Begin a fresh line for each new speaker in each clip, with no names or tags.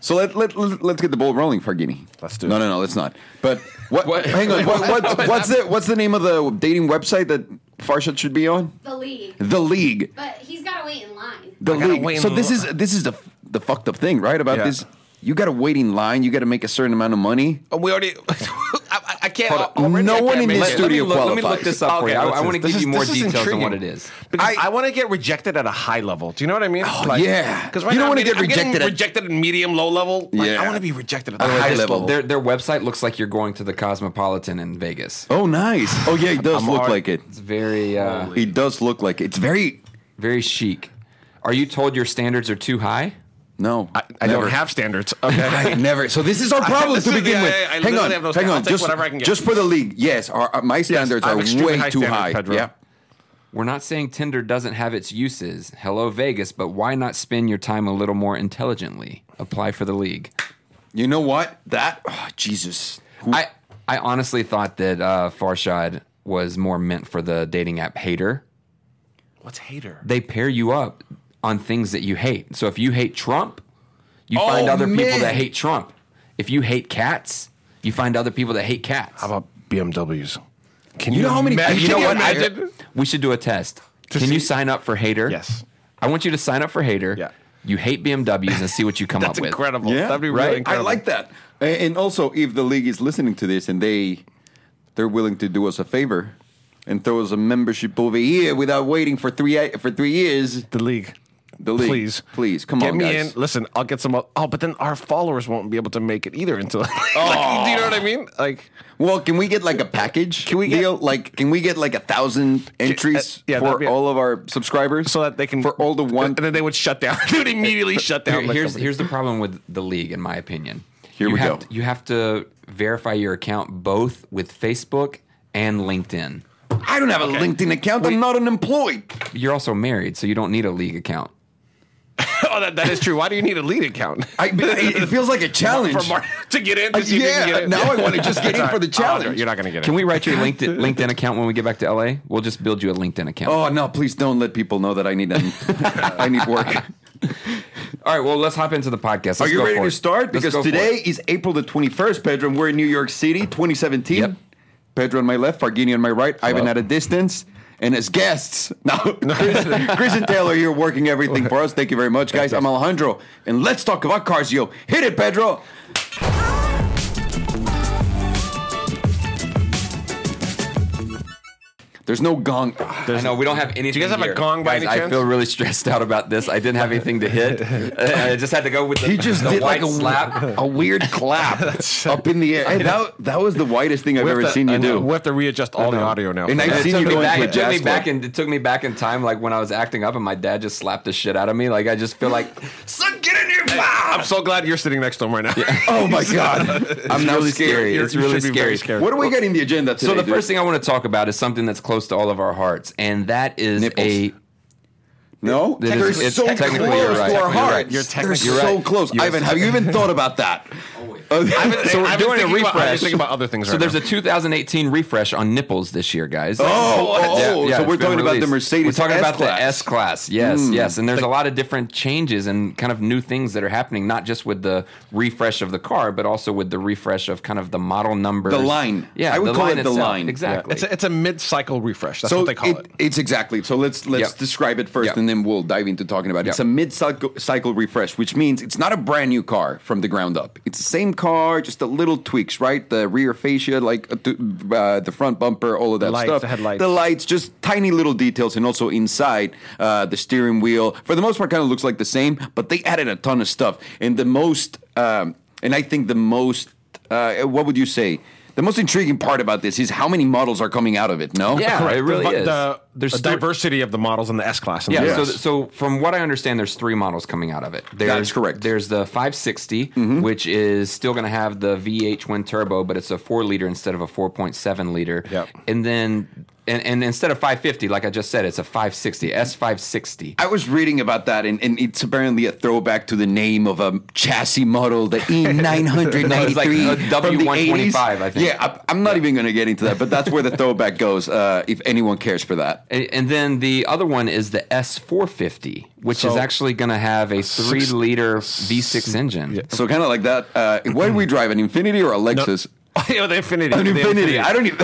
So let, let, let, let's get the ball rolling, Fargini.
Let's do
No,
it.
no, no, let's not. But what,
What-
hang on. What, what, what's, the, what's the name of the dating website that Farshad should be on?
The league.
The League.
But he's got to wait in line.
The
I gotta
League.
wait in
So this
li-
is this is the, the fucked up thing, right? About
Yeah.
this. You got to wait in line. You got to make a certain amount of money.
Oh, we already. I- I, I can't.
Hold up.
already
No
I can't
one in
make
this
it.
studio
let me look, Let me
qualifies.
look this up for
Okay,
you. I,
what's
I want to
this? This
give you
is-
more
this is
details on
intriguing.
what it is.
Because I,
I-
want to get rejected at a high level. Do you know what I mean?
Oh, yeah.
Because
You don't wanna
want to
get rejected at-
rejected at medium low level. Like,
Yeah.
I want to be rejected at the
I like
highest
this
level.
level.
Their their website looks like you're going to the Cosmopolitan in Vegas.
Oh, nice. Oh, yeah. It does
I'm
look
already-
like it.
It's very uh,
It does look like it. It's very
very chic. Are you told your standards are too high?
no.
I, I
never.
don't have standards. Okay.
I never. So this is our problem
This
to
is-
begin
yeah,
with.
yeah, yeah, I
hang
literally
on,
have no-
hang
I'll
on.
take
Just,
whatever I can get.
just for the league, yes, our, uh, my standards
I have
are
extremely
way
high
too
standards,
high.
Pedro.
Yeah.
We're not saying Tinder doesn't have its uses. Hello Vegas, but why not spend your time a little more intelligently? Apply for the league.
You know what? That oh, Jesus. Who-
I I honestly thought that uh, Farshad was more meant for the dating app Hater.
What's hater?
They pair you up on things that you hate. So if you hate Trump, you
Oh,
find other people
man.
that hate Trump. If you hate cats, you find other people that hate cats.
How about BMWs? Can
You know how many-
ima-
you
You
can
know what? I
imagine-
did.
We should do a test.
To
Can you
see-
sign up for Hater?
Yes.
I want you to sign up for Hater.
Yeah.
You hate BMWs and see what you come
That's
up with.
incredible.
yeah,
That'd be
right.
really incredible.
I like that. A- And also, if the league is listening to this and they they're willing to do us a favor and throw us a membership over here without waiting for three for three years,
the league.
the league,
Please,
please, come
get
on,
me
guys.
in. Listen, I'll get some. Oh, but then our followers won't be able to make it either until.
Oh.
like, do you know what I mean? Like,
Well, can we get like a package?
Can we get- uh,
deal? like? Can we get like a thousand entries
yeah, that'd
for
be a-
all of our subscribers
so that they can
for
Uh,
all the one?
and then they would shut down. they would immediately shut
Here-
down. the
here's
company.
here's the problem with the league, in my opinion.
Here
you
we
have
go.
To, you have to verify your account both with Facebook and LinkedIn.
uh,
I don't have a LinkedIn account. I'm not unemployed.
You're also married, so you don't need a league account.
oh, that, that is true. Why do you need a lead account?
I, it, it feels like a challenge.
for Mar- to get in.
Uh,
To see if you can
yeah,
get in.
now I want to just get in for the
Oh, no,
challenge.
you're not going to get it.
Can we write your LinkedIn LinkedIn account when we get back to LA? We'll just build you a LinkedIn account.
Oh no! Please don't let people know that I need an, I need work.
All right, well let's hop into the podcast. Let's
Are you
go
ready
for
to
it.
start?
Let's go
Because
for it.
today is April the twenty first, Pedro, and we're in New York City, twenty seventeen.
Yep.
Pedro on my left, Fargini on my right, Ivan
Hello.
at a distance, and as guests, now Chris, Chris and Taylor here working everything for us. Thank you very much, guys. I'm Alejandro, and let's talk about cars, yo. Hit it, Pedro. There's no gong.
I know we don't have anything.
guys have a
here.
gong by
Guys,
any
I
chance?
feel really stressed out about this. I didn't have anything to hit. I just had to go with the,
He just
the
did
white
like a
slap.
a weird clap up in the air. Hey, that, that was the whitest thing I've ever seen you do.
We have to readjust all the audio now.
And I- I've
It
seen
took
you
me
go
back.
into a
It took me
jazz club.
back, and it took me back in time, like when I was acting up, and my dad just slapped the shit out of me. Like I just feel like
son, get in here! I'm so glad you're sitting next to him right now.
Oh my god, I'm now
really
scared.
scary.
You're-
It's
you
really
should be very
scary.
scared.
What do we got in the agenda today?
So the
dude?
first thing I want to talk about is something that's close to all of our hearts, and that is
Nipples.
a
no,
It is-
they're
it's
so close
technically you're right.
to our
Technically you're right.
hearts. they're
You're
technically
so
right.
close.
You're-
Ivan, have you even thought about that?
Oh,
Uh,
so we're
I've been
doing a
thinking
refresh.
about- I've been thinking about other things
So
right
there's
now.
a 2018 refresh on nipples this year, guys.
Oh, oh, oh, so
it's
we're
been
talking about the
released.
Mercedes
We're talking about
S-Class. Hmm.
the S class. Yes, yes. And there's a lot of different changes and kind of new things that are happening, not just with the refresh of the car, but also with the refresh of kind of the model numbers.
The line.
Yeah,
I would
the
call
line
it the
itself.
line.
Exactly.
It's a, it's a mid-cycle refresh. That's
so
what they call it.
It's exactly. So let's let's
Yeah.
describe it first,
Yeah.
and then we'll dive into talking about it. It's
Yeah.
a mid-cycle cycle refresh, which means it's not a brand new car from the ground up. It's the same car, just a little tweaks, right? The rear fascia, like uh, th- uh, the front bumper, all of that
Lights,
stuff.
the headlights.
the lights, just tiny little details, and also inside uh, the steering wheel. For the most part, kind of looks like the same, but they added a ton of stuff. And the most, um, and I think the most, uh, what would you say? The most intriguing part about this is how many models are coming out of it. No,
Yeah,
Correct.
it really
the,
is.
The,
There's
the
three-
diversity of the models in the S class.
Yeah.
Yes.
So, so from what I understand, there's three models coming out of it. There's,
correct.
There's the 560, which is still going to have the V8 twin turbo, but it's a four liter instead of a 4.7 liter.
Yep.
And then and, and instead of 550, like I just said, it's a 560, S560.
I was reading about that, and, and it's apparently a throwback to the name of a chassis model, E the E993.
No, it's like a
from the 80s.
W125, I think.
Yeah, I, I'm not even going to get into that, but that's where the throwback goes, uh, if anyone cares for that.
A- And then the other one is the S450, which is
So-
actually going to have a three liter V6 engine.
So kind of like that. Uh, what do we drive, an Infinity or a Lexus?
Oh, yeah, the Infinity.
An
the
Infinity. I don't even.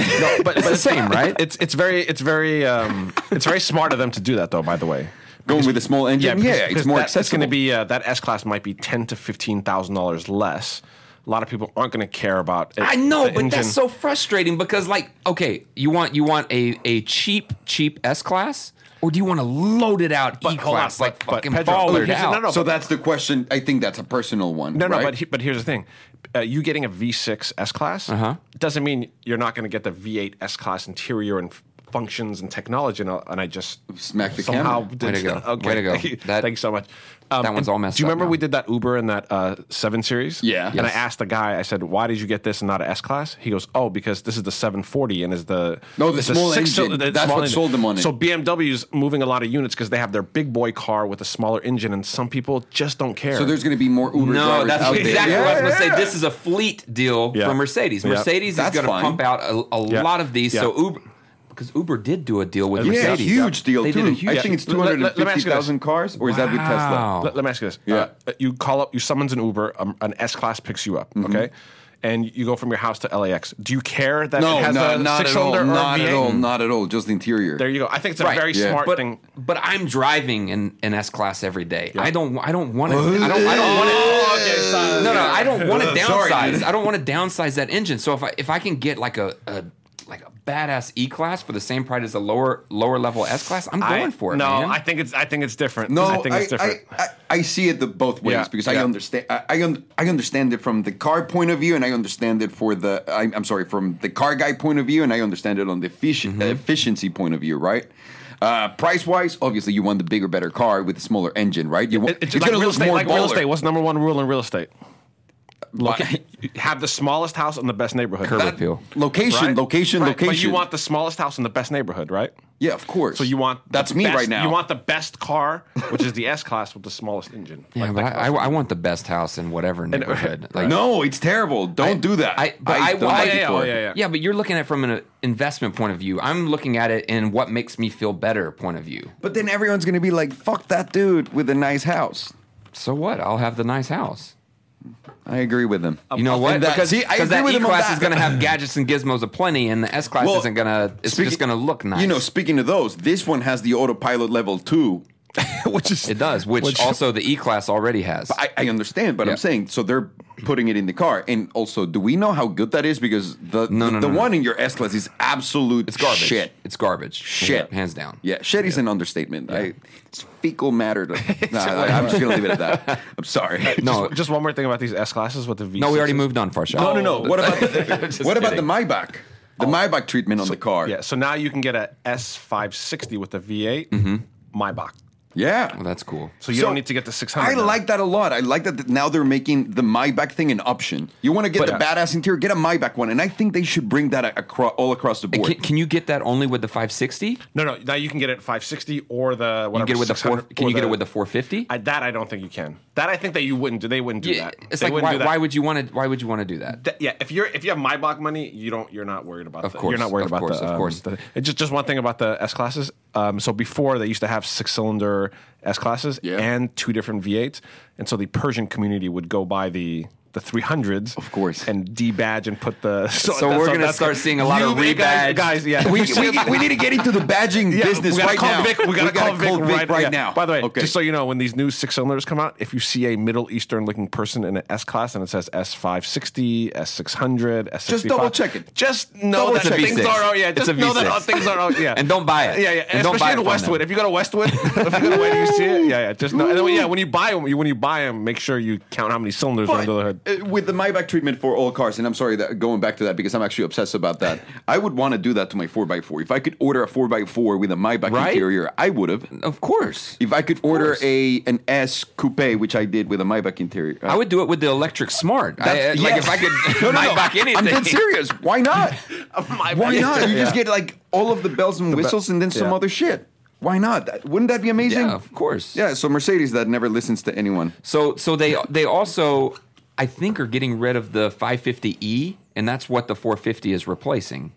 but,
It's the same, right?
It's it's very it's very um, it's very smart of them to do that, though. By the way,
Going with a small engine, yeah, it's more
that, It's
accessible.
going to be uh, that S class might be ten to fifteen thousand dollars less. A lot of people aren't going to care about. It,
I know,
the
but that's
engine.
so frustrating because, like, okay, you want you want a, a cheap cheap S class, or do you want a loaded out E
But hold on,
class, like
but- but
fucking
Pedro,
ballered
here's-
out?
no, no,
so that's the question. I think that's a personal one.
No, no,
right?
but he, but here's the thing: uh, you getting a V6 S class
Uh-huh.
doesn't mean you're not going to get the V8 S class interior and f- functions and technology. And, all- and I just
Smacked the
somehow
camera.
Did
Way to go.
Okay,
Way to go.
Thank you,
That-
Thank you so much. Um,
that one's
and
all messed
Do you
up
remember
now.
we did that Uber in that uh, seven series?
Yeah.
And I
Yes.
asked the guy. I said, "Why did you get this and not an S class?" He goes, "Oh, because this is the 740 and is the
No, the
it's
small
sil-
engine.
the
That's
small
what sold them on it.
So BMW's moving a lot of units because they have their big boy car with a smaller engine, and some people just don't care.
So there's going to be more Uber
No,
drivers out
that's
there.
exactly what I was
Yeah.
going to say. This is a fleet deal
Yeah.
for Mercedes.
Yeah.
Mercedes
That's
is going
fine.
to pump out a, a
Yeah.
lot of these. So
Yeah.
Uber, because Uber did do a deal with
Yeah,
Yeah,
Mercedes.
huge deal
They
too.
did a huge
I think it's
Let- let- let me ask you this.
250,000 cars, or is that with Tesla?
Wow.
Let, let me ask you this:
Oh. Yeah.
uh, you call up, you summons an Uber, um, an S class picks you up,
Mm-hmm.
okay, and you go from your house to LAX. Do you care that it has a six cylinder or a
Not at
V8?
all. Not at all. Just the interior.
There you go. I think it's a
Right,
very
yeah.
smart
but,
thing.
But I'm driving an, an S class every day. I don't. I don't want to. I don't. I don't want
Oh, okay,
to.
sorry.
No, no. I don't want to
Sorry,
downsize.
dude.
I don't want to downsize that engine. So if I if I can get like a, a like a badass E class for the same price as a lower lower level S class, I'm
I-
going for it.
No,
man.
I think it's. I think it's different.
no,
I think it's different.
I, I see it the both ways
Yeah,
because I
yeah.
understand. I, I, un- I understand it from the car point of view, and I understand it for the. I, I'm sorry, from the car guy point of view, and I understand it on the effici-
Mm-hmm.
efficiency point of view, right? Uh, price wise, obviously, you want the bigger, better car with a smaller engine, right? You want,
it's just like
gonna
real estate. Like real
baller.
estate. What's the number one rule in real estate?
But-
Have the smallest house in the best neighborhood.
Curb
That-
appeal.
Location,
right?
location,
Right,
location.
But you want the smallest house in the best neighborhood, right?
yeah, of course.
So you want the
that's me
best-
right now.
You want the best car, which is the S class with the smallest engine.
Yeah,
Like-
but
like-
I, I, I want the best house in whatever neighborhood. Like,
no, it's terrible. Don't do that.
I- but I-
don't
I-
like it
yeah,
for
oh,
it.
yeah,
yeah. but you're looking at it from an investment point of view. I'm looking at it in what makes me feel better point of view.
But then everyone's gonna be like, "Fuck that dude with a nice house."
So what? I'll have the nice house.
I agree with him.
Um,
You know what?
And that-
because
see, I
because
agree
that
with
E
him on
class
that.
is going to have gadgets and gizmos aplenty, and the S class
Well,
isn't going to. It's
speaking-
just going to look nice.
You know, speaking of those, this one has the autopilot level two.
which is
it does, which, also the E class already has.
I, I understand, but
Yeah.
I'm saying so they're putting it in the car. And also, do we know how good that is? Because the
No, no,
the
no, no.
one in your S class is absolute
it's garbage.
shit.
It's garbage.
Shit,
Yeah, hands down.
Yeah, shit is an understatement. I, it's fecal matter. To, nah, I, am just gonna leave it at that. I'm sorry.
No,
Just, just one more thing about these S classes with the V.
no, we already moved on, Farshaw.
no, no, no.
Oh,
What about the,
just
what about the
kidding.
Maybach? The Maybach treatment on the car.
Yeah, Oh. so now you can get a S five sixty with a V eight
Mm-hmm.
Maybach.
Yeah.
Well, Oh, that's cool.
So you
So,
don't need to get the six
I
hundred.
like that a lot. I like that th- now they're making the Maybach thing an option. You want to get
But-
the badass interior, get a Maybach one, and I think they should bring that across all across the
And
board.
can, can you get that only with the 560?
No, no. Now you can get it five sixty or the
You
whatever.
can get it with the four,
600
Can
or
you get it with the 450?
I, that I don't think you can. That I think that you wouldn't do. They wouldn't do
Yeah,
that.
it's
They
like
wouldn't
why,
do that.
why would you want to? Why would you want to do that?
Th- yeah, if you're if you have my block money, you don't you're not worried about
Of
the-
course,
you're not worried
of
about
course,
the,
of
um,
course.
the- it just just one thing about the S classes. Um, so before they used to have six cylinder S classes
Yeah.
and two different V8s, and so the Persian community would go by the the 300s, of
course.
and debadge and put the. So,
we're gonna
that's-
start seeing a lot of
You- guys-
rebadge.
guys. Yeah,
we, we, we need to get into the badging
Yeah,
business
we gotta
right
call
now.
Vic, we gotta call Vic, right, yeah.
now.
By the way,
okay.
just so you know, when these new six cylinders come out, if you see a Middle Eastern looking person in an S class and it says S five sixty, S six hundred, S
Just double check it.
Just know
Double
that
check it.
things
It's a
are oh, yeah.
V6.
Just
It's a
know that
V6.
all things are oh, yeah.
And don't buy it.
Yeah, yeah.
And don't buy
Especially
it
in
from
Westwood.
them.
If you go to Westwood, if you go to Westwood, you see it. Yeah, yeah. Just know. And then, yeah, when you buy them, when you buy them, make sure you count how many cylinders are
But
under the hood.
uh, with the Maybach treatment for all cars, and I'm sorry that going back to that because I'm actually obsessed about that. I would want to do that to my 4x4. If I could order a 4x4 with a Maybach
Right?
interior, I would have.
Of course.
If I could order
course.
a an S coupe, which I did with a Maybach interior, uh,
I would do it with the electric smart. I, uh,
That's-
Like
yeah.
if I could
No, no, no.
Maybach anything.
I'm dead serious. Why not? Why not? You just
Yeah.
get like all of the bells and whistles and then some
yeah.
other shit. Why not? That- Wouldn't that be amazing?
Yeah, of course.
Yeah, so Mercedes that never listens to anyone.
So so they they also I think are getting rid of the 550e, and that's what the 450 is replacing.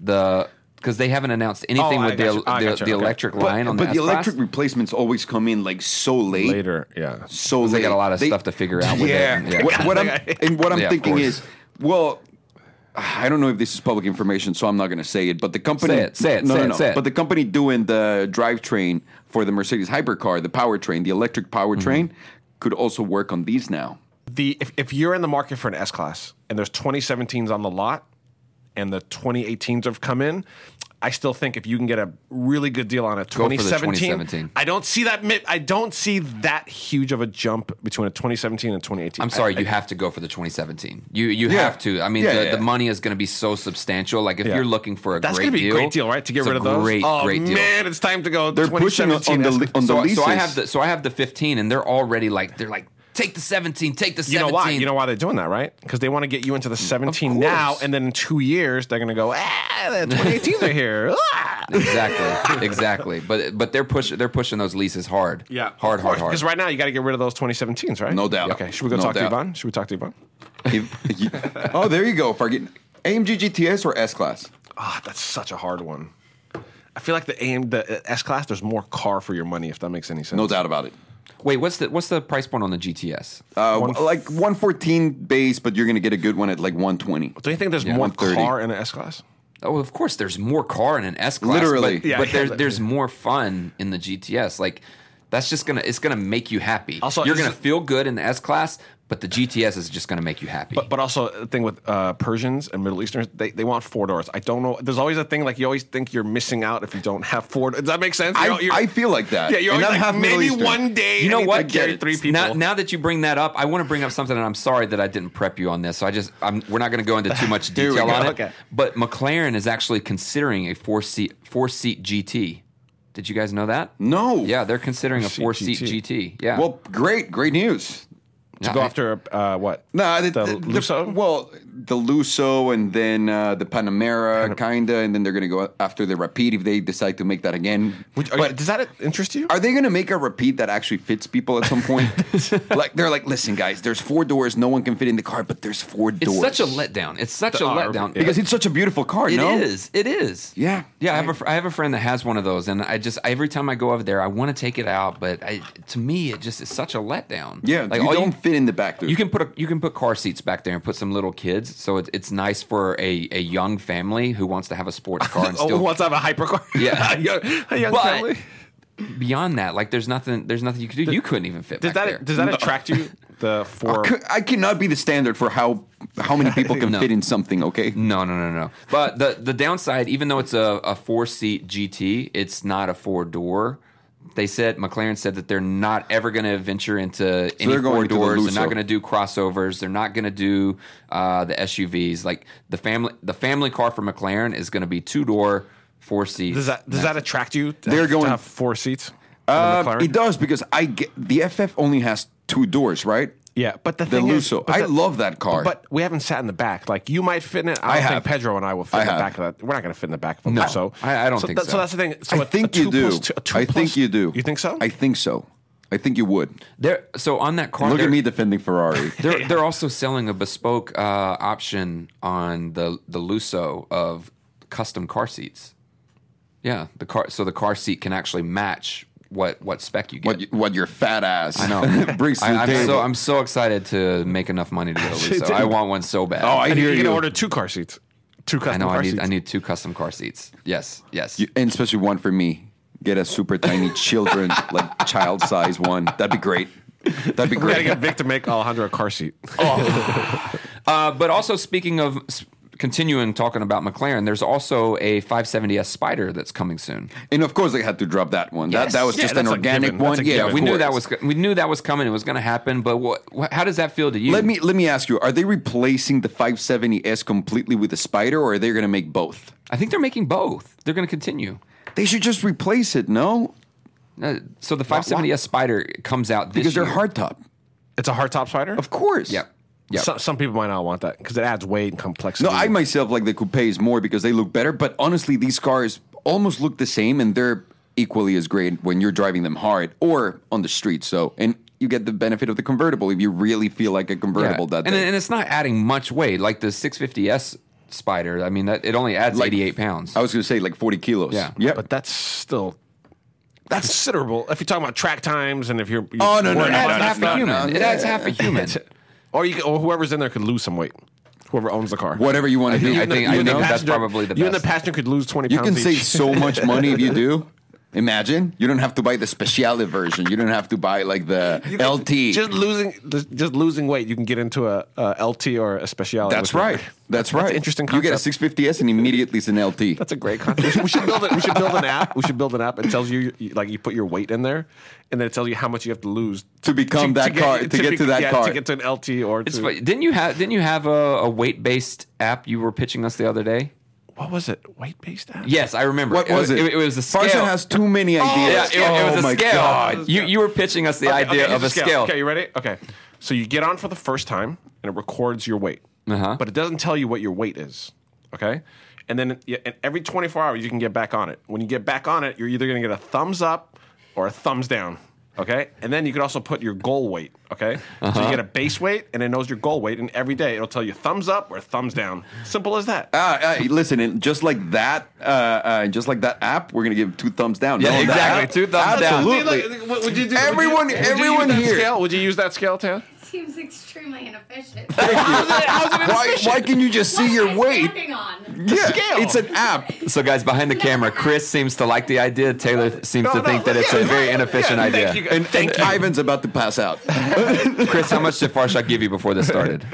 The because they haven't announced anything
Oh, I
with the,
gotcha. I
the,
gotcha.
the
Okay.
electric
But,
line on
but
the,
the, electric replacements always come in like so late.
Later, yeah.
So late.
They got a lot of stuff to figure out with it.
yeah.
Yeah.
What, what I'm and what I'm
Yeah, of
thinking
course.
is, well, I don't know if this is public information, so I'm not going to say it. But the company
Say it, say it,
no,
say
no,
it,
no.
say it.
But the company doing the drivetrain for the Mercedes hypercar, the powertrain, the electric powertrain,
Mm-hmm.
could also work on these now.
the if, if you're in the market for an S class and there's 2017s on the lot and the 2018s have come in, I still think if you can get a really good deal on a
for the
2017,
2017.
I don't see that mi- I don't see that huge of a jump between a 2017 and 2018.
I'm sorry,
I- I-
you have to go for the 2017. You you
Yeah.
have to. I mean,
Yeah,
the,
yeah,
the
yeah.
money is going to be so substantial. Like if
Yeah.
you're looking for a
that's
great
gonna be
deal,
a great deal, right? To get
it's
rid
a
of those.
Great,
oh
great deal.
man, it's time to go.
They're pushing on
2017
the
S
li-
class.
on the
So,
leases.
so I have the so I have the 15, and they're already like they're like take the 17, take the 17.
You know why? You know why they're doing that, right? Because they want to get you into the 17 now,
course.
and then in two years they're going to go. Ah, the 2018s are here. Ah.
exactly, exactly. But but they're pushing they're pushing those leases hard.
Yeah,
hard, hard, hard.
Because right now you got to get rid of those 2017s, right?
No doubt.
Okay, should we go
No
talk to
doubt.
Yvonne? Should we talk to Yvonne?
If- you- oh, there you go. Fargit. AMG GTS or S class?
Ah, that's such a hard one. I feel like the AM, the uh, S class, there's more car for your money, if that makes any sense.
No doubt about it.
Wait, what's the what's the price point on the GTS?
Uh, like 114 base, but you're going to get a good one at like 120.
Do you think there's more
130.
car in an S class?
Oh, of course, there's more car in an S class.
Literally.
but,
Yeah,
but
yeah,
there's
but-
there's more fun in the GTS. Like that's just gonna it's gonna make you happy.
Also,
you're
this
gonna
is-
feel good in the S class, but the GTS is just gonna make you happy.
But, but also the thing with uh, Persians and Middle Easterners, they, they want four doors. I don't know. There's always a thing like you always think you're missing out if you don't have four. Does that make sense?
I,
You're- you're-
I feel like that.
yeah, you're
And
always
I'm
like,
half Middle
maybe
Eastern.
one day.
you
I
know
need to
what?
Carry three people.
Now, now that you bring that up, I want to bring up something, and I'm sorry that I didn't prep you on this. So I just I'm, we're not going to go into too much
we
detail
go.
on it.
Okay.
But McLaren is actually considering a four seat four seat GT. Did you guys know that?
No.
Yeah, they're considering a four seat
GT.
GT. Yeah.
Well, great, great news.
to go after uh, what?
No,
the, Lusso.
well, the Luso and then uh, the Panamera, kinda, and then they're gonna go after the Rapide if they decide to make that again.
Would- are you- does that interest you?
Are they going to make a repeat that actually fits people at some point? like they're like, listen, guys, there's four doors, no one can fit in the car, but there's four
it's
doors.
such a letdown. It's such a
R-
letdown
yeah.
because it's such a beautiful car.
It is.
no,
It is.
Yeah.
Yeah. I have a fr- I have a friend that has one of those, and I just every time I go over there, I want to take it out, but I, to me, it just is such a letdown.
yeah, you
all
don't fit in the back. Dude.
You can put a, you can put car seats back there and put some little kids, so it, it's nice for a, a young family who wants to have a sports car and
Oh,
still.
wants to have a hypercar?
Yeah.
a young, a young
But-
family.
Beyond that, like there's nothing there's nothing you could do. you couldn't even fit
Does that
back there.
does that attract you? The four.
Oh, C- I cannot be the standard for how how many people can
No.
fit in something. Okay,
no, no, no, no. But the the downside, even though it's a, a four seat GT, it's not a four door. They said McLaren said that they're not ever going to venture into any
they're going
four
to the
doors. They're not
Lusso.
going to do crossovers. They're not going to do uh, the SUVs. Like the family the family car for McLaren is going to be two door, four seat.
Does that does that attract you? to
They're
have-
going-
to have four seats. in
Uh,
the McLaren?
it does because I get, the FF only has two doors, right?
Yeah, but the,
The
thing is-
Lusso.
but
I
the-
love that car.
But we haven't sat in the back. Like you might fit in it. I,
I
don't
have.
think Pedro and I will fit
I
in the
have.
back of that. We're not going to fit in the back of a Lusso.
I- I don't think
that-
so.
So that's the thing. So
I
a-
think
a
you
two
do.
plus two- a two
I
plus-
think you do.
You think so?
I think so. I think you would.
There, so on that car,
Look
they're,
at me defending Ferrari.
They're, they're also selling a bespoke uh, option on the the Lusso of custom car seats. Yeah, the car. So the car seat can actually match what what spec you get.
what, you- what your fat ass I
know.
brings to the
I, I'm
table.
so I'm so excited to make enough money to get a Lusso. I want one so bad.
oh, I
and
hear
you're going
you.
to order two car seats. Two custom
I know.
car
I need
seats.
I need two custom car seats. Yes, yes.
You- and especially one for me. Get a super tiny children, like child size one. That'd be great. That'd be
we got to
great.
get Vic to make Alejandro a car seat.
Uh, but also speaking of s- continuing talking about McLaren, there's also a 570S Spider that's coming soon.
And of course, they had to drop that one.
Yes.
That that was
Yeah,
just an
that's a
organic
given. That's
one.
a
Yeah,
given.
of
We knew
course.
that was we knew that was coming. It was going to happen. But what, wh- how does that feel to you?
Let me let me ask you: Are they replacing the 570s completely with the Spider, or are they going to make both?
I think they're making both. They're going to continue.
They should just replace it, no?
Uh, so the 570S Spider comes out this
Because they're
year.
hardtop,
It's a hardtop spider.
of course.
Yep. Yep.
So- some people might not want that because it adds weight and complexity.
No, I myself like the coupes more because they look better. But honestly, these cars almost look the same, and they're equally as great when you're driving them hard or on the street. So, and you get the benefit of the convertible if you really feel like a
Yeah.
convertible that
and,
day.
and it's not adding much weight. Like the 650S Spider, I mean, that, it only adds 88 pounds.
I was going to say like 40 kilos.
Yeah.
Yep.
but that's still that's considerable. If you're talking about track times and if you're, you're
Oh, no, no,
worried
it
no,
about
adds
no,
that
half
stuff.
no,
a human.
no.
It adds half a human.
or you, could- or whoever's in there could lose some weight. Whoever owns the car,
Whatever you want to do.
You
I
and the-
think-
you and the
think that's
passenger-
probably the
You and the
best.
passenger could lose twenty
You
pounds.
can save
each.
so much money if you do. Imagine you don't have to buy the speciale version. You don't have to buy like the
You can-
LT.
Just losing, just losing weight, you can get into a, a LT or a speciality.
That's right. That's right.
interesting
You get a
concept.
650s and immediately it's an LT.
That's a great concept. We should, we should build it. We should build an app. We should build an app. It tells you you- like you put your weight in there, and then it tells you how much you have to lose
To become that car- to get to that
yeah,
car.
to get to an LT or
It's
to,
fu- didn't you have didn't you have a, a weight based app you were pitching us the other day?
what was it? Weight based app.
Yes, I remember.
What was it?
It, was a scale.
Farson has too many
yeah,
ideas. Oh
it, it was
my
a scale.
God.
You you were pitching us the
Okay,
idea
okay,
of a
here's the
scale.
Okay, you ready? Okay, so you get on for the first time, and it records your weight,
Uh-huh.
but it doesn't tell you what your weight is. Okay, and then yeah, and every 24 hours you can get back on it. When you get back on it, you're either going to get a thumbs up or a thumbs down. Okay, and then you could also put your goal weight. Okay, so
Uh-huh.
you get a base weight, and it knows your goal weight, and every day it'll tell you thumbs up or thumbs down. Simple as that.
Uh, uh, listen, and just like that, uh, uh, just like that app, we're gonna give two thumbs down.
Yeah,
No, that
exactly.
app?
Two thumbs down.
Absolutely.
Like, what would you do? Would you-
Everyone-
would you,
everyone
use that
here-
Scale? Would you use that scale, Taylor?
Seems extremely inefficient.
Why, why can you just see your weight?
Standing on.
Yeah,
Scale.
it's an app.
So guys, behind the camera, Chris seems to like the idea. Taylor seems
No,
to
no,
think that it's a
yeah,
very
yeah,
inefficient
thank
idea.
you.
And,
Thank
and
you.
Ivan's about to pass out.
Chris, how much did Farshak give you before this started?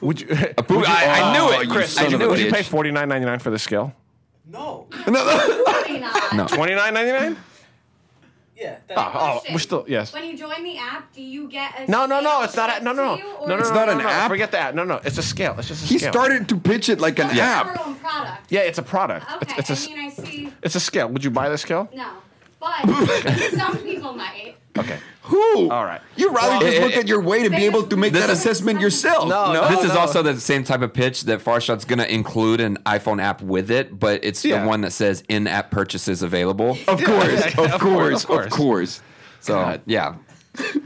Would you?
Boo- I, I knew
Oh,
it,
you
Chris.
son
I
of a
knew
Would
it.
you
bitch.
pay forty nine ninety nine for this scale?
No.
Probably not.
No.
Twenty nine ninety nine?
Yeah. That,
Oh,
Question.
we're still yes.
When you join the app, do you get a
No, no, no.
scale
It's not. A, no,
sent
no,
to you,
no,
or
no, no.
is
It's
it
not an
no, no,
app?
Forget that. No, no. It's a scale. It's just a
He
scale.
started to pitch it like an
just
app.
Your own product.
Yeah, it's a product.
Okay.
It's, it's a.
I mean, I see.
It's a scale. Would you buy the scale?
No, but some people might.
Okay.
Who?
All right.
You'd rather
Well,
just
it-
look
it-
at your weight and be able to make
This
that
is-
assessment yourself.
No, no.
this is
no.
also the same type of pitch that Farshad's going to include an iPhone app with it, but it's
Yeah.
the one that says in-app purchases available.
Of course,
yeah,
of course,
course.
of course.
So yeah,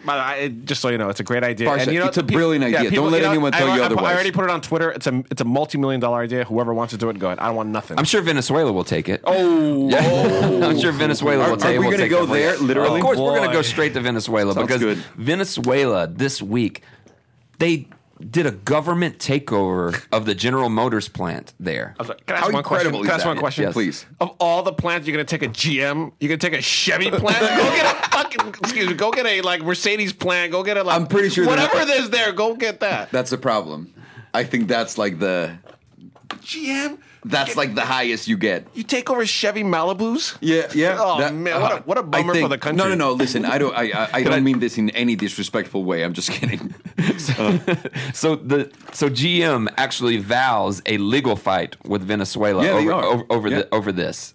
By the way, I- just so you know, it's a great idea.
Farsha, it's a brilliant idea. Don't let anyone tell
I,
you
I, I
otherwise.
already put it on Twitter. It's a it's a multi million dollar idea. Whoever wants to do it, go ahead. I want nothing.
I'm sure Venezuela will take it.
Oh,
Yeah. I'm sure Venezuela
Are-
will take
are we
will
gonna
take
go
that
there,
place.
literally?
Of course, we're going
Boy.
to go straight to Venezuela because
good.
Venezuela this week they did a government takeover of the General Motors plant there.
I'm sorry, Can I ask
How
one question?
incredible
Can I
is
ask
that?
one question,
Yes. Please.
Of all the plants, you're gonna take a GM. You're gonna take a Chevy plant. go get a fucking excuse me. Go get a like Mercedes plant. Go get a like.
I'm pretty sure they're
whatever
not-
there's there. Go get that.
That's the problem. I think that's like the
GM.
that's like the highest you get.
You take over Chevy Malibu's.
Yeah, yeah. uh,
Oh, man, what a- what a
I
bummer for
think-
the country.
No, no, no. Listen, I don't. I, I, I don't mean this in any disrespectful way. I'm just kidding.
So the so GM actually vows a legal fight with Venezuela
Yeah, they
over
are.
over, over,
Yeah.
the, over this.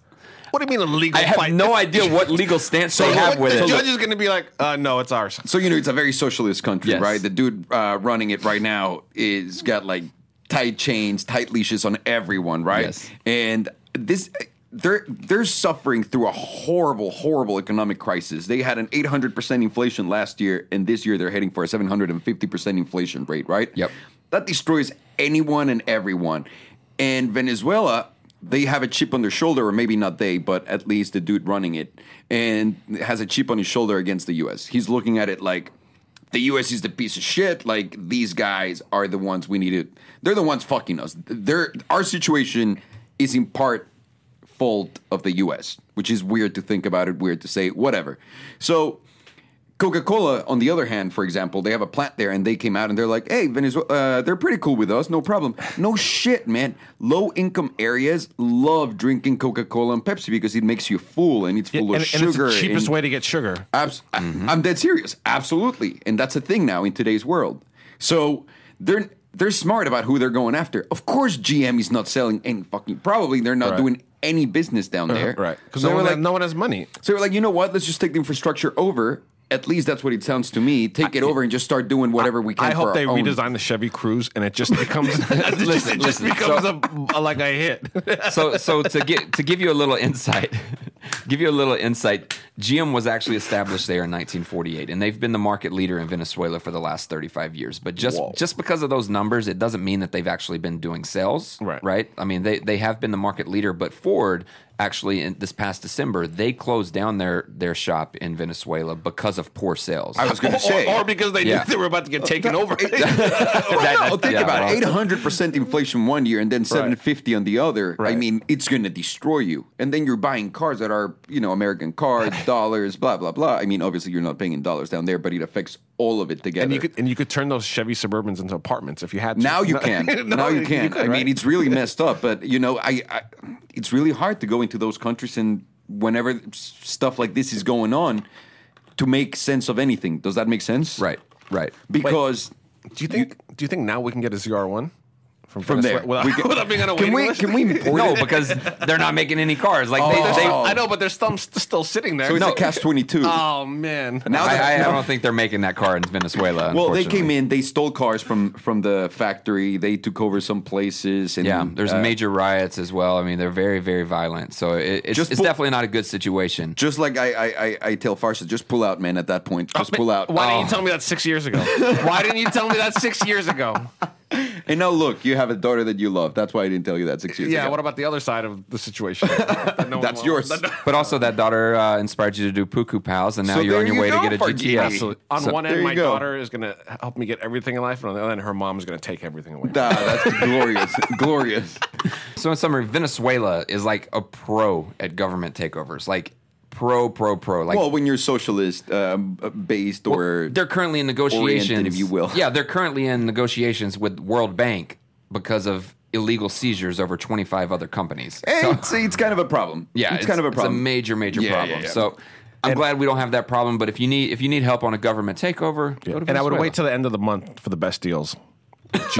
What do you mean a legal
I have
fight?
no idea what legal stance they have
the
with it.
judge is gonna be like, uh, no, it's ours.
So you know, it's a very socialist country,
Yes.
right? The dude uh, running it right now is got like tight chains, tight leashes on everyone, right?
Yes.
And this. They're they're suffering through a horrible, horrible economic crisis. They had an 800 percent inflation last year, and this year they're heading for a 750 percent inflation rate. Right?
Yep.
That destroys anyone and everyone. And Venezuela, they have a chip on their shoulder, or maybe not they, but at least the dude running it and has a chip on his shoulder against the US. He's looking at it like the US is the piece of shit. Like these guys are the ones we need to they're the ones fucking us. They're, our situation is in part fault of the US, which is weird to think about it, weird to say, whatever. So Coca Cola, on the other hand, for example, they have a plant there, and they came out and they're like, "Hey, Venezuela, uh, they're pretty cool with us, no problem." No shit, man. Low income areas love drinking Coca Cola and Pepsi because it makes you full and it's
Yeah,
full of
and, and
sugar.
it's the cheapest
and-
way to get sugar.
Abs- I-
Mm-hmm.
I'm dead serious. Absolutely, and that's a thing now in today's world. So they're they're smart about who they're going after. Of course, GM is not selling any fucking. Probably they're not
Right. Uh-huh.
doing any business down there,
Right. Because
So
no,
we're
one
like,
has- no one has money.
so we're like, you know what? Let's just take the infrastructure over. At least that's what it sounds to me. Take it over and just start doing whatever we can.
I
for
hope
our
they
own.
redesign the Chevy Cruise and it just becomes it just, it just
listen,
becomes
so-
a, a- like a hit.
so so to get to give you a little insight, give you a little insight. GM was actually established there in 1948, and they've been the market leader in Venezuela for the last 35 years. But just
Whoa.
just because of those numbers, it doesn't mean that they've actually been doing sales,
Right.
Right? I mean, they they have been the market leader, but Ford actually in this past December they closed down their their shop in Venezuela because of poor sales.
I was going to say.
or, or because they
Yeah.
knew they were about to get taken over.
Oh, think
yeah,
about
well-
it. 800% inflation one year and then 750 on the other. I
Right.
mean, it's going to destroy you. And then you're buying cars that are, you know, American cars, dollars, blah, blah, blah. I mean, obviously you're not paying in dollars down there, but it affects all of it together.
and you could and you could turn those Chevy Suburbans into apartments if you had to.
now you
No-
can.
No,
now you can.
could,
I
right?
mean, it's really messed up, but you know, I, I it's really hard to go into those countries and whenever s- stuff like this is going on to make sense of anything. Does that make sense?
right, right.
Because
Do you think? Do you think now we can get a ZR1 from
From there.
Venezuela without,
We can-
without being on a
can
waiting
we
list?
can we import
No,
it?
because they're not making any cars. Like
Oh.
they,
They-
they
I know, but they're still still sitting there.
So it's
No.
a Cast 22.
Oh man!
Now that-
I, I, I don't think they're making that car in Venezuela.
Well, they
unfortunately.
came in. They stole cars from from the factory. They took over some places. And,
Yeah, there's
uh,
major riots as well. I mean, they're very, very violent. So it, it's,
Just
it's
pull-
definitely not a good situation.
Just like I I, I, I tell Farsa, just pull out, man. At that point, just pull out.
Oh,
Oh,
Why didn't you tell me that six years ago? Why didn't you tell me that six years ago?
And now look, you have a daughter that you love. That's why I didn't tell you that six years
Yeah.
ago.
What about the other side of the situation? That no one
That's
will-
yours.
that no-
But also, that daughter uh, inspired you to do Puku Pals, and now
So
you're on
there
your
you
way
go,
to get a
Farty.
GTA.
Absolutely.
On
So-
one
there
end,
you
my
go.
daughter is going to help me get everything in life, and on the other end, her mom's going to take everything away.
Nah, that's glorious, glorious.
So in summary, Venezuela is like a pro at government takeovers, like pro, pro, pro. Like
Well, when you're socialist um, based or
they're currently in negotiations,
if you will.
Yeah, they're currently in negotiations with World Bank because of illegal seizures over 25 other companies.
Hey,
So-
Eh, it's, it's kind of a problem.
Yeah,
it's, kind of a problem.
It's a major, major
Yeah, yeah,
problem.
yeah.
So I'm glad we don't have that problem. But if you need if you need help on a government takeover, go to
And I would
Venezuela.
wait till the end of the month for the best deals. no,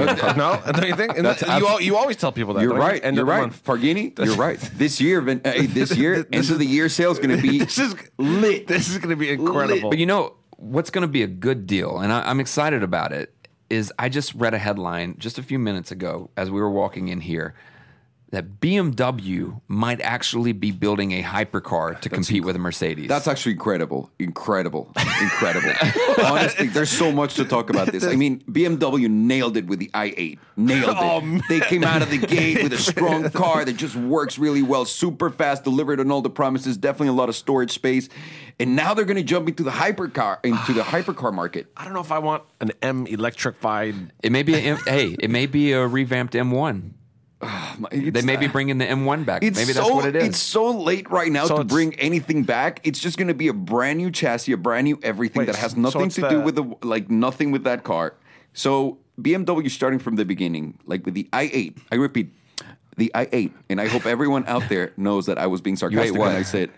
don't you think? And that- you, al- you always tell people that.
You're
don't you?
right.
End
you're
of the
right,
month.
Fargini. You're right. This year, Vin- uh, this year, end of the year sales going to be
This is
lit.
This is going to be incredible.
But you know what's going to be a good deal, and I, I'm excited about it. Is I just read a headline just a few minutes ago as we were walking in here that BMW might actually be building a hypercar to compete with a Mercedes.
That's actually incredible. Incredible. Incredible. Honestly, there's so much to talk about this. I mean, BMW nailed it with the i8. Nailed it.
Oh, man.
they came out of the gate with a strong car that just works really well, super fast, delivered on all the promises, definitely a lot of storage space. And now they're going to jump into the hypercar into the hypercar market.
I don't know if I want an M electrified.
it may be a, hey, it may be a revamped M1. They may be bringing the M1 back.
It's
Maybe
so,
that's what it is.
It's so late right now
So
to
it's-
bring anything back. It's just going to be a brand new chassis, a brand new everything
Wait,
that has
so
nothing
it's
to do
the-
with the like nothing with that car. So BMW starting from the beginning, like with the i8. I repeat, the i8, and I hope everyone out there knows that I was being sarcastic
what?
when I said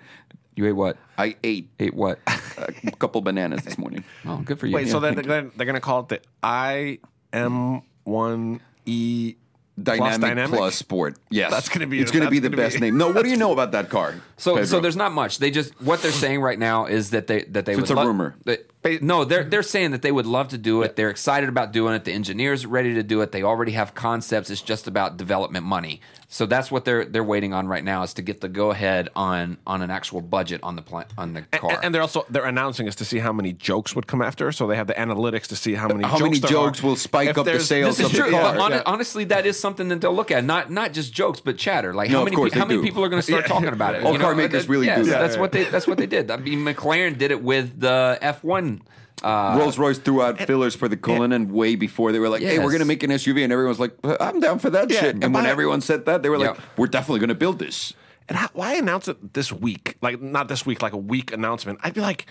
you ate what?
I ate
Ate what?
a couple bananas this morning.
Oh, good for you.
Wait, so
Yeah.
then they're, they're going to call it the I M one E
Dynamic plus,
dynamic?
sport. Yes,
That's gonna be-
It's going to be the
that's gonna
best
be-
name. No, what do you know about that car?
So,
Pedro?
so there's not much. They just what they're saying right now is that they that they
So
would
it's a
lo-
rumor.
that- no, they're they're saying that they would love to do it. They're excited about doing it. The engineers are ready to do it. They already have concepts. It's just about development money. So that's what they're they're waiting on right now is to get the go ahead on on an actual budget on the pla- on the car.
And, and they're also they're announcing us to see how many jokes would come after, so they have the analytics to see how many
How
jokes
many
there
jokes
are.
will spike
If
up the
there's-
sales
this
of
is
the
true,
car?
But hon- honestly, that is something that they'll look at. Not not just jokes, but chatter. Like
No,
how
of
many
course
pe- how
they
many
do.
people are going to start talking about it?
All
You
car makers
Uh,
really
yes,
do that.
That's
Yeah,
what they that's what they did. I mean, McLaren did it with the F one. Uh,
Rolls Royce threw out fillers for the Cullinan way before they were like, "Hey, we're
Yes.
going to make an SUV," and everyone was like, "Uh, "I'm down for that
Yeah,
shit." And
and
when
why-
everyone said that, they were like,
Yeah.
"We're definitely going to build this."
And how, why announce it this week? Like not this week, like a week announcement. I'd be like,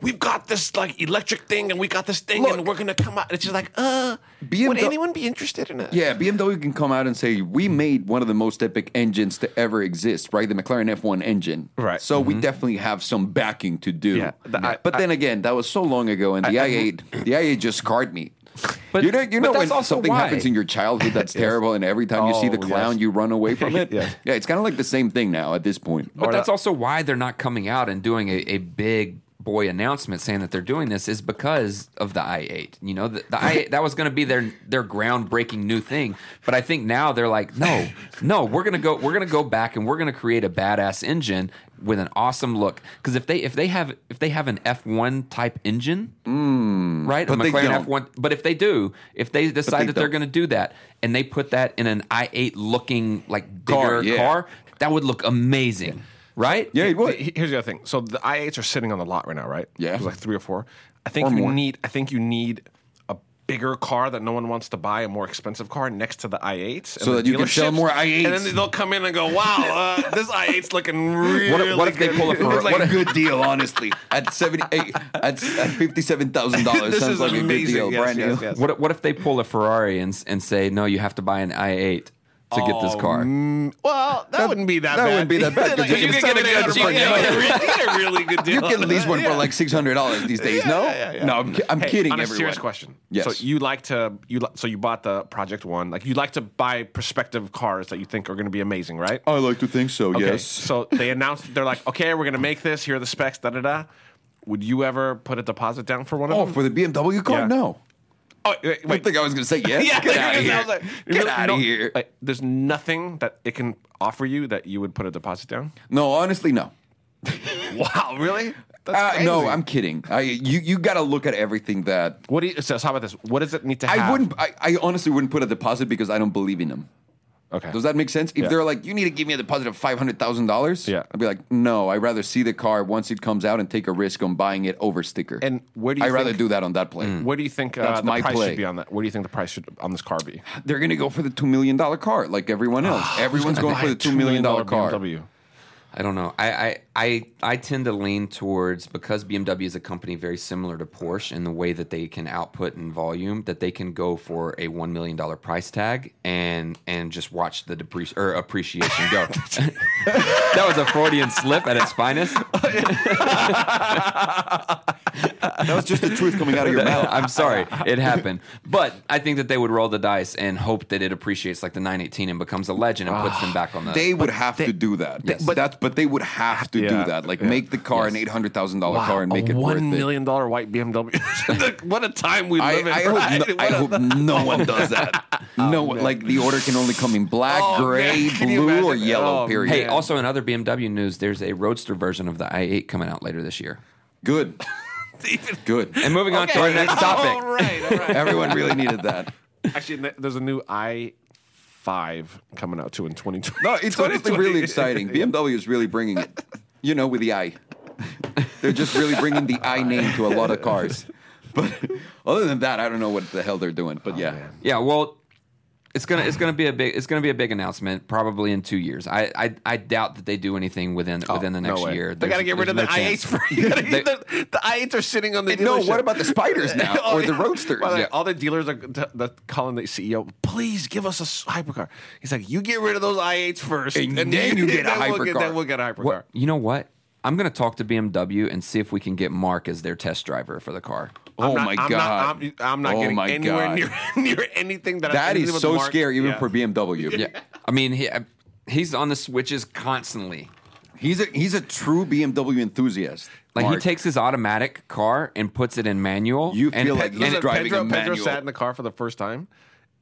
we've got this like electric thing and we got this thing
Look.
and we're gonna come out. It's just like, uh, would
BMW
anyone be interested in it?
Yeah, BMW can come out and say we made one of the most epic engines to ever exist, right? The McLaren F1 engine,
Right. Mm-hmm.
So we definitely have some backing to do.
Yeah, the- I-
but then again, that was so long ago, and the
I-
I, 8 the I eight just scarred me.
But-
you know, you
but
know
that's
when
also
something
why.
happens in your childhood that's terrible, and every time you see
Oh,
the clown,
yes.
you run away from it.
Yes.
Yeah, it's kind of like the same thing now at this point.
But that's also why they're not coming out and doing a, a big boy announcement saying that they're doing this is because of the i8. You know, the, the i8 that was going to be their their groundbreaking new thing. But I think now they're like, no, no, we're gonna go, we're gonna go back and we're gonna create a badass engine with an awesome look. Because if they if they have if they have an F1 type engine,
Mm.
right?
But
a
they don't.
McLaren F1. But if they do, if they decide
they
that they're
don't.
going to do that, and they put that in an i8 looking like bigger
Car,
car,
yeah.
that would look amazing, right?
yeah, it
Well,
would.
he- Here's the other thing. So the I8s are sitting on the lot right now, right?
Yeah.
There's like three or four. I think
Or
you
more.
need. I think you need a bigger car that no one wants to buy, a more expensive car next to the i8s, and
So
the
that you can sell
dealerships.
more i8s.
And then they'll come in and go, "Wow, uh, this i8's looking really."
What, if- what if they
good."
pull a
It looks
Ferrari?
like
what a good deal, honestly. At seventy eight, at, at fifty seven thousand dollars,
This
sounds
is
like a good
amazing.
deal,
Yes,
brand
yes,
new.
yes.
What What if they pull a Ferrari and and say, no, you have to buy an i8 to get this car?
Well, that, wouldn't be that,
that
bad.
wouldn't be that bad, 'cause
Like,
you
you
can sell
could get
it
it
at
at
a
a
bargain.
really- a really good deal.
You can lease one
Yeah.
for like six hundred dollars these days. no,
Yeah, yeah, yeah.
no, I'm, ki- I'm
Hey,
kidding.
On a
everyone.
serious question.
Yes.
So you like to you li- so you bought the Project One. Like you like to buy prospective cars that you think are going to be amazing, right?
I like to think so.
Okay, So they announced they're like, okay, we're going to make this. Here are the specs. Da da da. Would you ever put a deposit down for one of
Oh,
them?
for the BMW car?
Yeah.
No.
oh, wait,
I
wait.
think I was going to say yes.
yeah,
Get out of
because I
here.
was like,
Get
no-
out of here.
Like, there's nothing that it can offer you that you would put a deposit down.
No, honestly, no.
Wow, really?
Uh, no,
crazy.
I'm kidding. I you you got to look at everything that
What do you? So how about this? What does it need to have?
I wouldn't. I, I honestly wouldn't put a deposit because I don't believe in them.
Okay.
Does that make sense? If
Yeah.
they're like, you need to give me a deposit of five hundred thousand dollars,
Yeah.
I'd be like, no, I'd rather see the car once it comes out and take a risk on buying it over sticker.
And where do you
I'd rather
think-
do that on that play.
What do you think uh,
That's
the
my
price
play.
should be on that? What do you think the price should on this car be?
They're gonna go for the two million dollar car, like everyone
Ah,
else. Everyone's going for the two million dollar car.
BMW.
I don't know. I, I I I tend to lean towards because BMW is a company very similar to Porsche in the way that they can output and volume that they can go for a one million dollar price tag and and just watch the depreci- or appreciation go. that was a Freudian slip at its finest.
That was just the truth coming out of your mouth.
I'm sorry, it happened. But I think that they would roll the dice and hope that it appreciates like the 918 and becomes a legend and
Ah,
puts them back on the.
They would have to do that. but that's but they would have to
Yeah.
do that. Like
Yeah.
make the car an
Yes.
eight hundred thousand dollar car and make
a
it worth
one
it.
million dollar white BMW. Look, what a time we
I,
live in.
I hope, no,
right? What
I
a-
hope no one does that. no one. Like the order can only come in black,
Oh,
gray,
man. Can you
blue, or
imagine?
yellow.
Oh,
period.
Hey, also in other BMW news, there's a roadster version of the i8 coming out later this year.
good,
Even-
good.
And moving on to
Okay.
our next topic.
All right, all right.
Everyone really needed that.
Actually, th- there's a new i five coming out too in 2020.
No, it's honestly
2020.
really exciting. BMW is really bringing it. You know, with the i, they're just really bringing the i name to a lot of cars. But other than that, I don't know what the hell they're doing. But yeah.
Oh, man.
Yeah, well, it's gonna it's gonna be a big it's gonna be a big announcement probably in two years. I I, I doubt that they do anything within within the
Oh, No
next
way.
year.
They got to
There's-
get rid of
there's
the
no chance.
IH. For, you gotta get the, the IH are sitting on the
And no,
dealership.
what about the spiders now
Oh,
or the
yeah.
roadsters?
By the way,
Yeah.
All the dealers are t- the, calling the CEO, please give us a s- hypercar. He's like, you get rid of those IHs first,
And then you get a
then We'll get,
hypercar.
then we'll get a hypercar.
What you know what? I'm gonna talk to BMW and see if we can get Mark as their test driver for the car.
I'm
Oh
not-
my god!
I'm Not, I'm, I'm not
Oh
getting
my
anywhere
God.
near near anything that.
That
anything
is
with
so
Mark.
scary, even
Yeah.
for BMW.
Yeah, I mean he uh, he's on the switches constantly.
He's a he's a true BMW enthusiast.
Like he
Mark.
takes his automatic car and puts it in manual.
You
and
feel like
and-
he's
Listen,
driving
Pedro,
a
Pedro
manual.
sat in the car for the first time,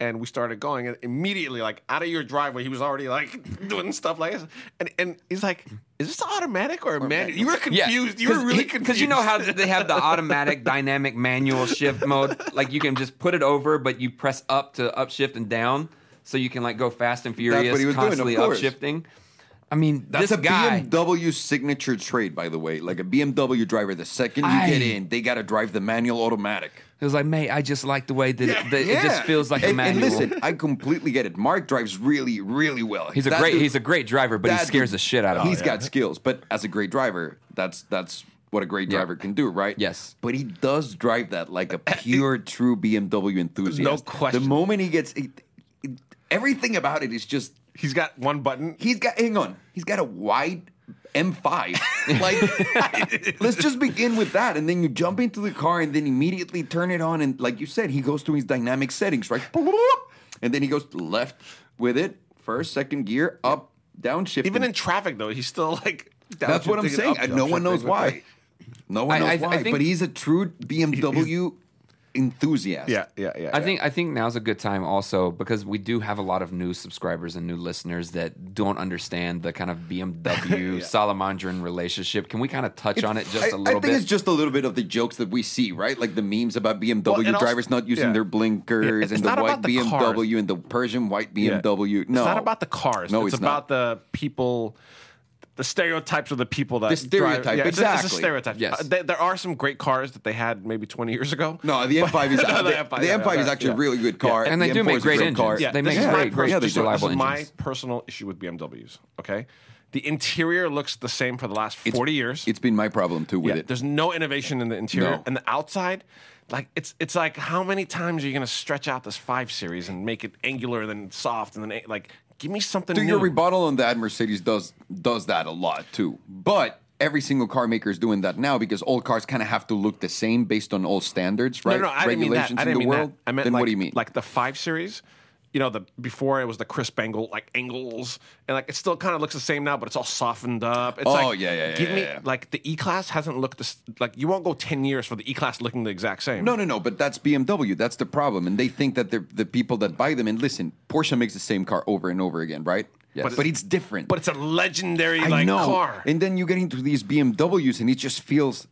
and we started going. And immediately, like out of your driveway, he was already like doing stuff like this. And and he's like, "Is this automatic or, manual?" You were confused. You were really confused
because you know how they have the automatic dynamic manual shift mode. Like you can just put it over, but you press up to upshift and down, so you can like go fast and
what
furious,
he was doing, of
constantly
course.
upshifting. I mean,
That's
this
a
guy.
BMW signature trade, by the way. Like a BMW driver, the second you
Aye.
get in, they got to drive the manual automatic.
It was like, mate, I just like the way that, it, that it just feels like
and,
a manual.
And listen, I completely get it. Mark drives really, really well.
he's a
That
great
dude-
he's a great driver, but he
that
scares
dude-
the shit out of
He's
me.
got skills, but as a great driver, that's that's what a great
Yeah.
driver can do, right?
Yes.
But he does drive that like a pure, true BMW enthusiast.
No question.
The moment he gets it, it, everything about it is just
He's got one button.
he's got hang on. He's got a wide M5. Like let's just begin with that and then you jump into the car and then immediately turn it on and like you said he goes through his dynamic settings, right? And then he goes left with it, first, second gear, up, down shift.
Even in traffic, though, he's still like. down
That's what I'm
shifting,
saying.
up-
no one
downshifting
knows
with
why. No one
I-
knows
I- I
why.
think-
but he's a true BMW enthusiast.
that. Yeah, yeah, yeah.
I
yeah.
think I think now's a good time also because we do have a lot of new subscribers and new listeners that don't understand the kind of BMW Salamandrian relationship. Can we kind of touch on it just
I,
a
I
little
think
bit?
it's just a little bit of the jokes that we see, right? Like the memes about BMW
Well, and also-
drivers not using
yeah.
their blinkers
Yeah, it's
and the
not
white
about the
BMW
cars.
and the Persian white
Yeah.
BMW.
It's
No,
not about the cars.
No,
it's,
it's not.
about the people, the stereotypes of the people that
The stereotype,
Drive. it's a- it's, a
exactly.
stereotype.
Yes.
Uh, there, there are some great cars that they had maybe 20 years ago.
No, the M5 is
No,
the,
the
the
M5,
M5,
yeah,
is
yeah,
actually
yeah.
a really good car.
Yeah, and they
The
do
M4
make
is a
great
car.
engines. They
this
make
is my
great,
personal-
yeah, they
this
do.
is my
Reliable
personal issue with BMWs. Okay, the interior looks the same for the last 40 years.
It's been my problem too with
Yeah,
it.
There's no innovation in the interior
No.
and the outside. Like it's it's like how many times are you gonna stretch out this five series and make it angular and then soft and then a- like give me something
Do
new.
your rebuttal on that Mercedes does does that a lot too, but every single car maker is doing that now because all cars kind of have to look the same based on all standards,
no,
right?
no, no, I didn't mean that. I didn't
in the
mean
world.
that. I meant
then
like,
what do you mean?
Like the five series. You know, the before it was the crisp angle, like angles, and like it still kind of looks the same now, but it's all softened up. It's
Oh,
like,
yeah, yeah, yeah,
Give
yeah,
me
yeah.
like the E class hasn't looked this, like you won't go ten years for the E class looking the exact same.
No, no, no. But that's BMW. That's the problem, and they think that they're the people that buy them. And listen, Porsche makes the same car over and over again, right?
Yes.
But, it's different.
but it's a legendary
I
like
know.
car.
And then you get into these BMWs, and it just feels.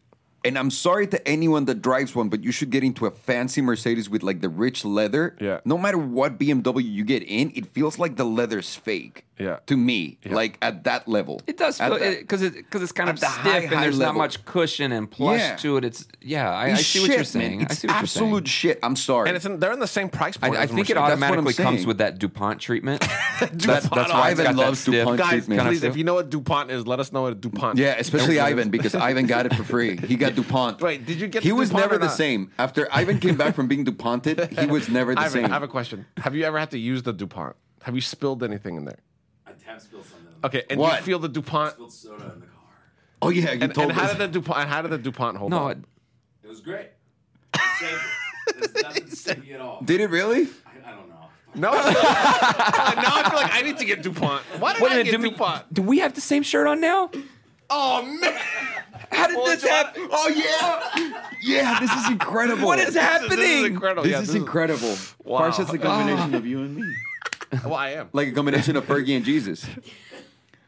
And I'm sorry to anyone that drives one, but you should get into a fancy Mercedes with like the rich leather.
Yeah.
No matter what BMW you get in, it feels like the leather's fake.
Yeah.
To me,
Yeah.
like at that level,
It does
At
feel
that-
because it, because it's kind
at
of
the
stiff
high,
and
high
there's not
level.
much cushion and plush
Yeah.
to it. It's yeah, I, I
It's
see
shit,
what you're saying.
Man.
I
It's
see what you're saying.
absolute shit. I'm sorry.
and it's in, they're in the same price
I,
point.
I
as
think
Mercedes.
it
That's what I'm
automatically comes
saying.
with that DuPont treatment. that's,
DuPont.
it's
Ivan
got that
loves
stiff-
DuPont
Guys,
treatment.
kind of
please,
feel.
if you know what DuPont is, let us know what a DuPont
Yeah, especially Ivan because Ivan got it for free. He got Dupont.
Wait, did you get
He
the
was
DuPont
never
or
the
not?
same. After Ivan came back from being Duponted, he was never the
Ivan,
same.
I have a question. Have you ever had to use the DuPont? Have you spilled anything in there?
I have spilled something. In the
Okay, and do
What?
you feel the
I
DuPont?
spilled soda in the car.
oh yeah, you
And,
told
and how
us.
did the DuPont? How did the DuPont hold
no,
up?
it-
It was great. I saved it. There's nothing sticky at all.
Did it really?
I, I don't know.
No, I feel like- now I feel like I need to get DuPont. Why did
Wait a
I
minute,
get
do we,
DuPont?
do we have the same shirt on now?
Oh man,
How did
Well,
this
it's a lot-
happen? Oh yeah, yeah. This is incredible.
What is
This is- This is
happening?
incredible.
This
Yeah,
is incredible.
Wow.
Wow. just a combination of you and me,
Well, I am.
like a combination of Fergie and Jesus.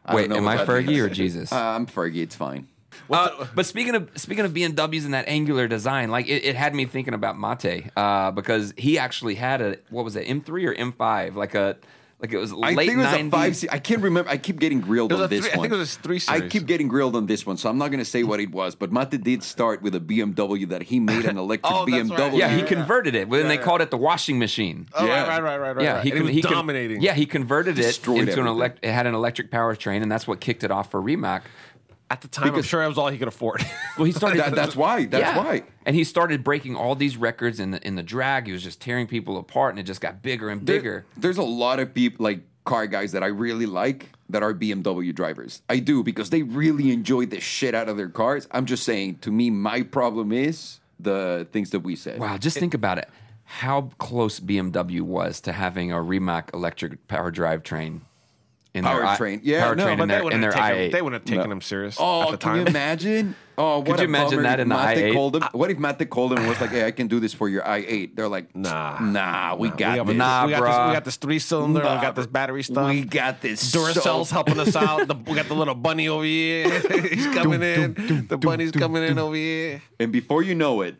I
Wait,
don't know
am
what
I
that
Fergie
means.
or Jesus?
Uh, I'm Fergie. It's fine.
Uh, but speaking of speaking of BMWs and that angular design, like it, it had me thinking about Mate uh, because he actually had a what was it M3 or M5 like a like it was
I
late
think it was a
90s.
five. se- I can't remember. I keep getting grilled
It was
on
a
this
three- I
one.
think it was a three
I
series.
keep getting grilled on this one, so I'm not going to say what it was. But Mate did start with a BMW that he made an electric
Oh, that's right.
BMW.
yeah, he
Yeah.
converted it, but then they
yeah.
called it the washing machine.
Oh,
Yeah.
right, right, right, right.
yeah,
right.
he,
And
con-
was
he con-
dominating.
yeah, he converted it
Destroyed
into an
everything.
elect. It had an electric powertrain, and that's what kicked it off for Rimac.
at the time, I'm
Because-
sure that was all he could afford.
Well, he started.
That- that's why. That's
Yeah.
why.
And he started breaking all these records in the in the drag. He was just tearing people apart, and it just got bigger and
There-
bigger.
there's a lot of people like car guys that I really like that are BMW drivers. I do because they really enjoy the shit out of their cars. I'm just saying. To me, my problem is the things that we said.
Wow, just think about it. How close BMW was to having a Rimac electric power drivetrain in their I-
Powertrain. Yeah, no,
powertrain
but
in their, in
wouldn't
their
have taken
i8.
him- they wouldn't have taken him serious at
Oh,
the
can
time.
you imagine? Oh, what
you
a
imagine
bummer
that
if
in the
Mate
i8?
Called him, what if Mate called him and was like, "Hey, I can do this for your i8"? They're like,
Nah.
nah, we
we
got
got,
this.
this,
Nah,
we got this.
bruh.
We got this three cylinder. we
Nah,
got this battery stuff.
We got this.
Duracell's
so-
helping us out. The, we got the little bunny over here. He's coming in. the bunny's coming in over here.
And before you know it,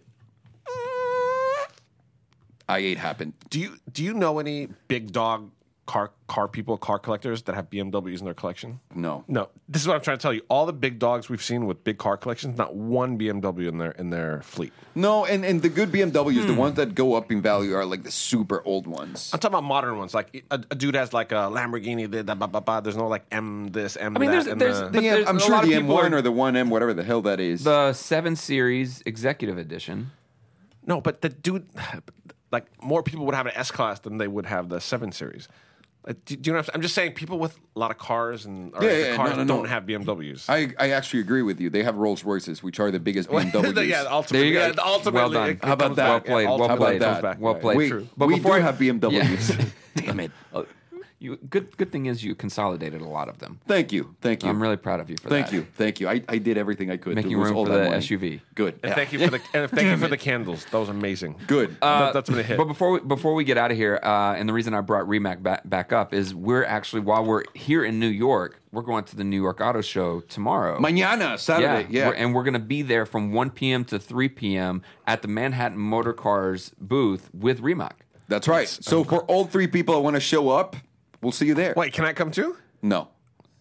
i8 happened.
Do you do you know any big dog car car people, car collectors that have BMWs in their collection?
No.
No, this is what I'm trying to tell you. All the big dogs we've seen with big car collections, not one BMW in their in their fleet.
No, and, and the good BMWs,
Hmm.
the ones that go up in value, are like the super old ones.
Uh,
I'm talking about modern ones. Like a, a dude has like a Lamborghini. The, the, ba, ba, ba. There's no like M this M.
I mean,
that,
there's-
and
there's
the-
but
Yeah,
there's
I'm
a
sure
lot of
the
people
M1
are-
or the 1M, whatever the hell that is.
The seven series executive edition.
no, but the dude, like more people would have an S class than they would have the seven series. Like, do, do you know? What I'm, I'm just saying people with a lot of cars and or
Yeah,
the
yeah, no,
cars
no, no.
don't have BMWs.
I, I actually agree with you. They have Rolls Royces, which are the biggest BMWs.
yeah,
There
ultimately.
you go.
yeah, ultimately
well done.
it- it
How about
comes
that?
Well
back. Yeah,
played. well
ultimately it
played.
comes
that?
back.
Well
Right.
played.
we
True.
but
But
we
before
do
I-
have BMWs. Damn it.
You good. Good thing is you consolidated a lot of them.
Thank you. Thank you.
I'm really proud of you for
Thank
that.
you. Thank you. I, I did everything I could to
Making
lose
room
all
for
that
the
money.
SUV.
Good.
And thank you for the and thank you for the candles. That was amazing.
Good.
Uh,
That- that's been a hit.
But before we, before we get out of here, uh, and the reason I brought Remac back, back up is we're actually while we're here in New York, we're going to the New York Auto Show tomorrow.
Mañana, Saturday. Yeah.
We're- and we're going to be there from 1 p.m. to 3 p.m. at the Manhattan Motor Cars booth with Remac.
That's right. So for all three people that want to show up, we'll see you there.
Wait, can I come too?
No.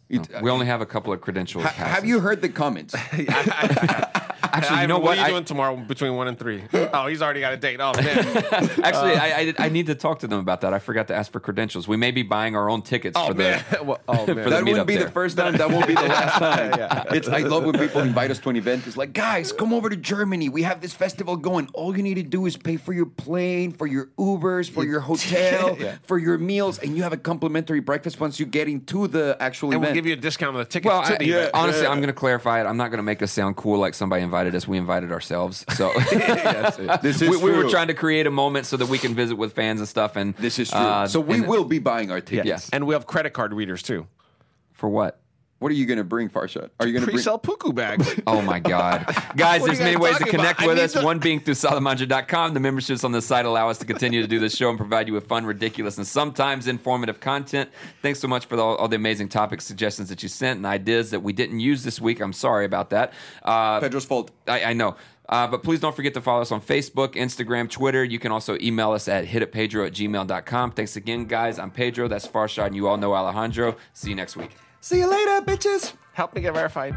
It-
We only have a couple of credentials.
Uh, ha- have you heard the comments?
Actually, you
Ivan,
know
what,
what?
are you
I-
doing tomorrow between one and three? Oh, he's already got a date. Oh man.
uh,
actually, I, I, I need to talk to them about that. I forgot to ask for credentials. We may be buying our own tickets
Oh
for
man.
the.
Well, oh man.
for
that
meetup
wouldn't be
there.
the first time. That won't be the last time. It's I love when people invite us to an event. It's like, guys, come over to Germany. We have this festival going. All you need to do is pay for your plane, for your Ubers, for your hotel, for your meals, and you have a complimentary breakfast once you get into the actual
and
event.
we'll give you a discount on the tickets
Well,
to
I,
the event.
honestly, I'm going to clarify it. I'm not going to make us sound cool like somebody invited us. We invited ourselves. So
This
we,
is
we were
true.
trying to create a moment so that we can visit with fans and stuff. And
This is true.
uh,
so we
and-
will be buying our tickets.
Yes.
And we have credit card readers too.
for what?
What are you going to bring, Farshad? Are you going to bring?
Pre-sell puku bags.
Oh my God. Guys,
What are
there's
you
many
guys
ways to
talking about?
connect
I
with
need
us.
to-
One being through salamanja.com. The memberships on the site allow us to continue to do this show and provide you with fun, ridiculous, and sometimes informative content. Thanks so much for the, all the amazing topic suggestions that you sent and ideas that we didn't use this week. I'm sorry about that. Uh,
Pedro's fault.
I, I know. Uh, but please don't forget to follow us on Facebook, Instagram, Twitter. You can also email us at hititpedro at gmail.com. Thanks again, guys. I'm Pedro. That's Farshad, and you all know Alejandro. See you next week.
See you later, bitches. Help me get verified.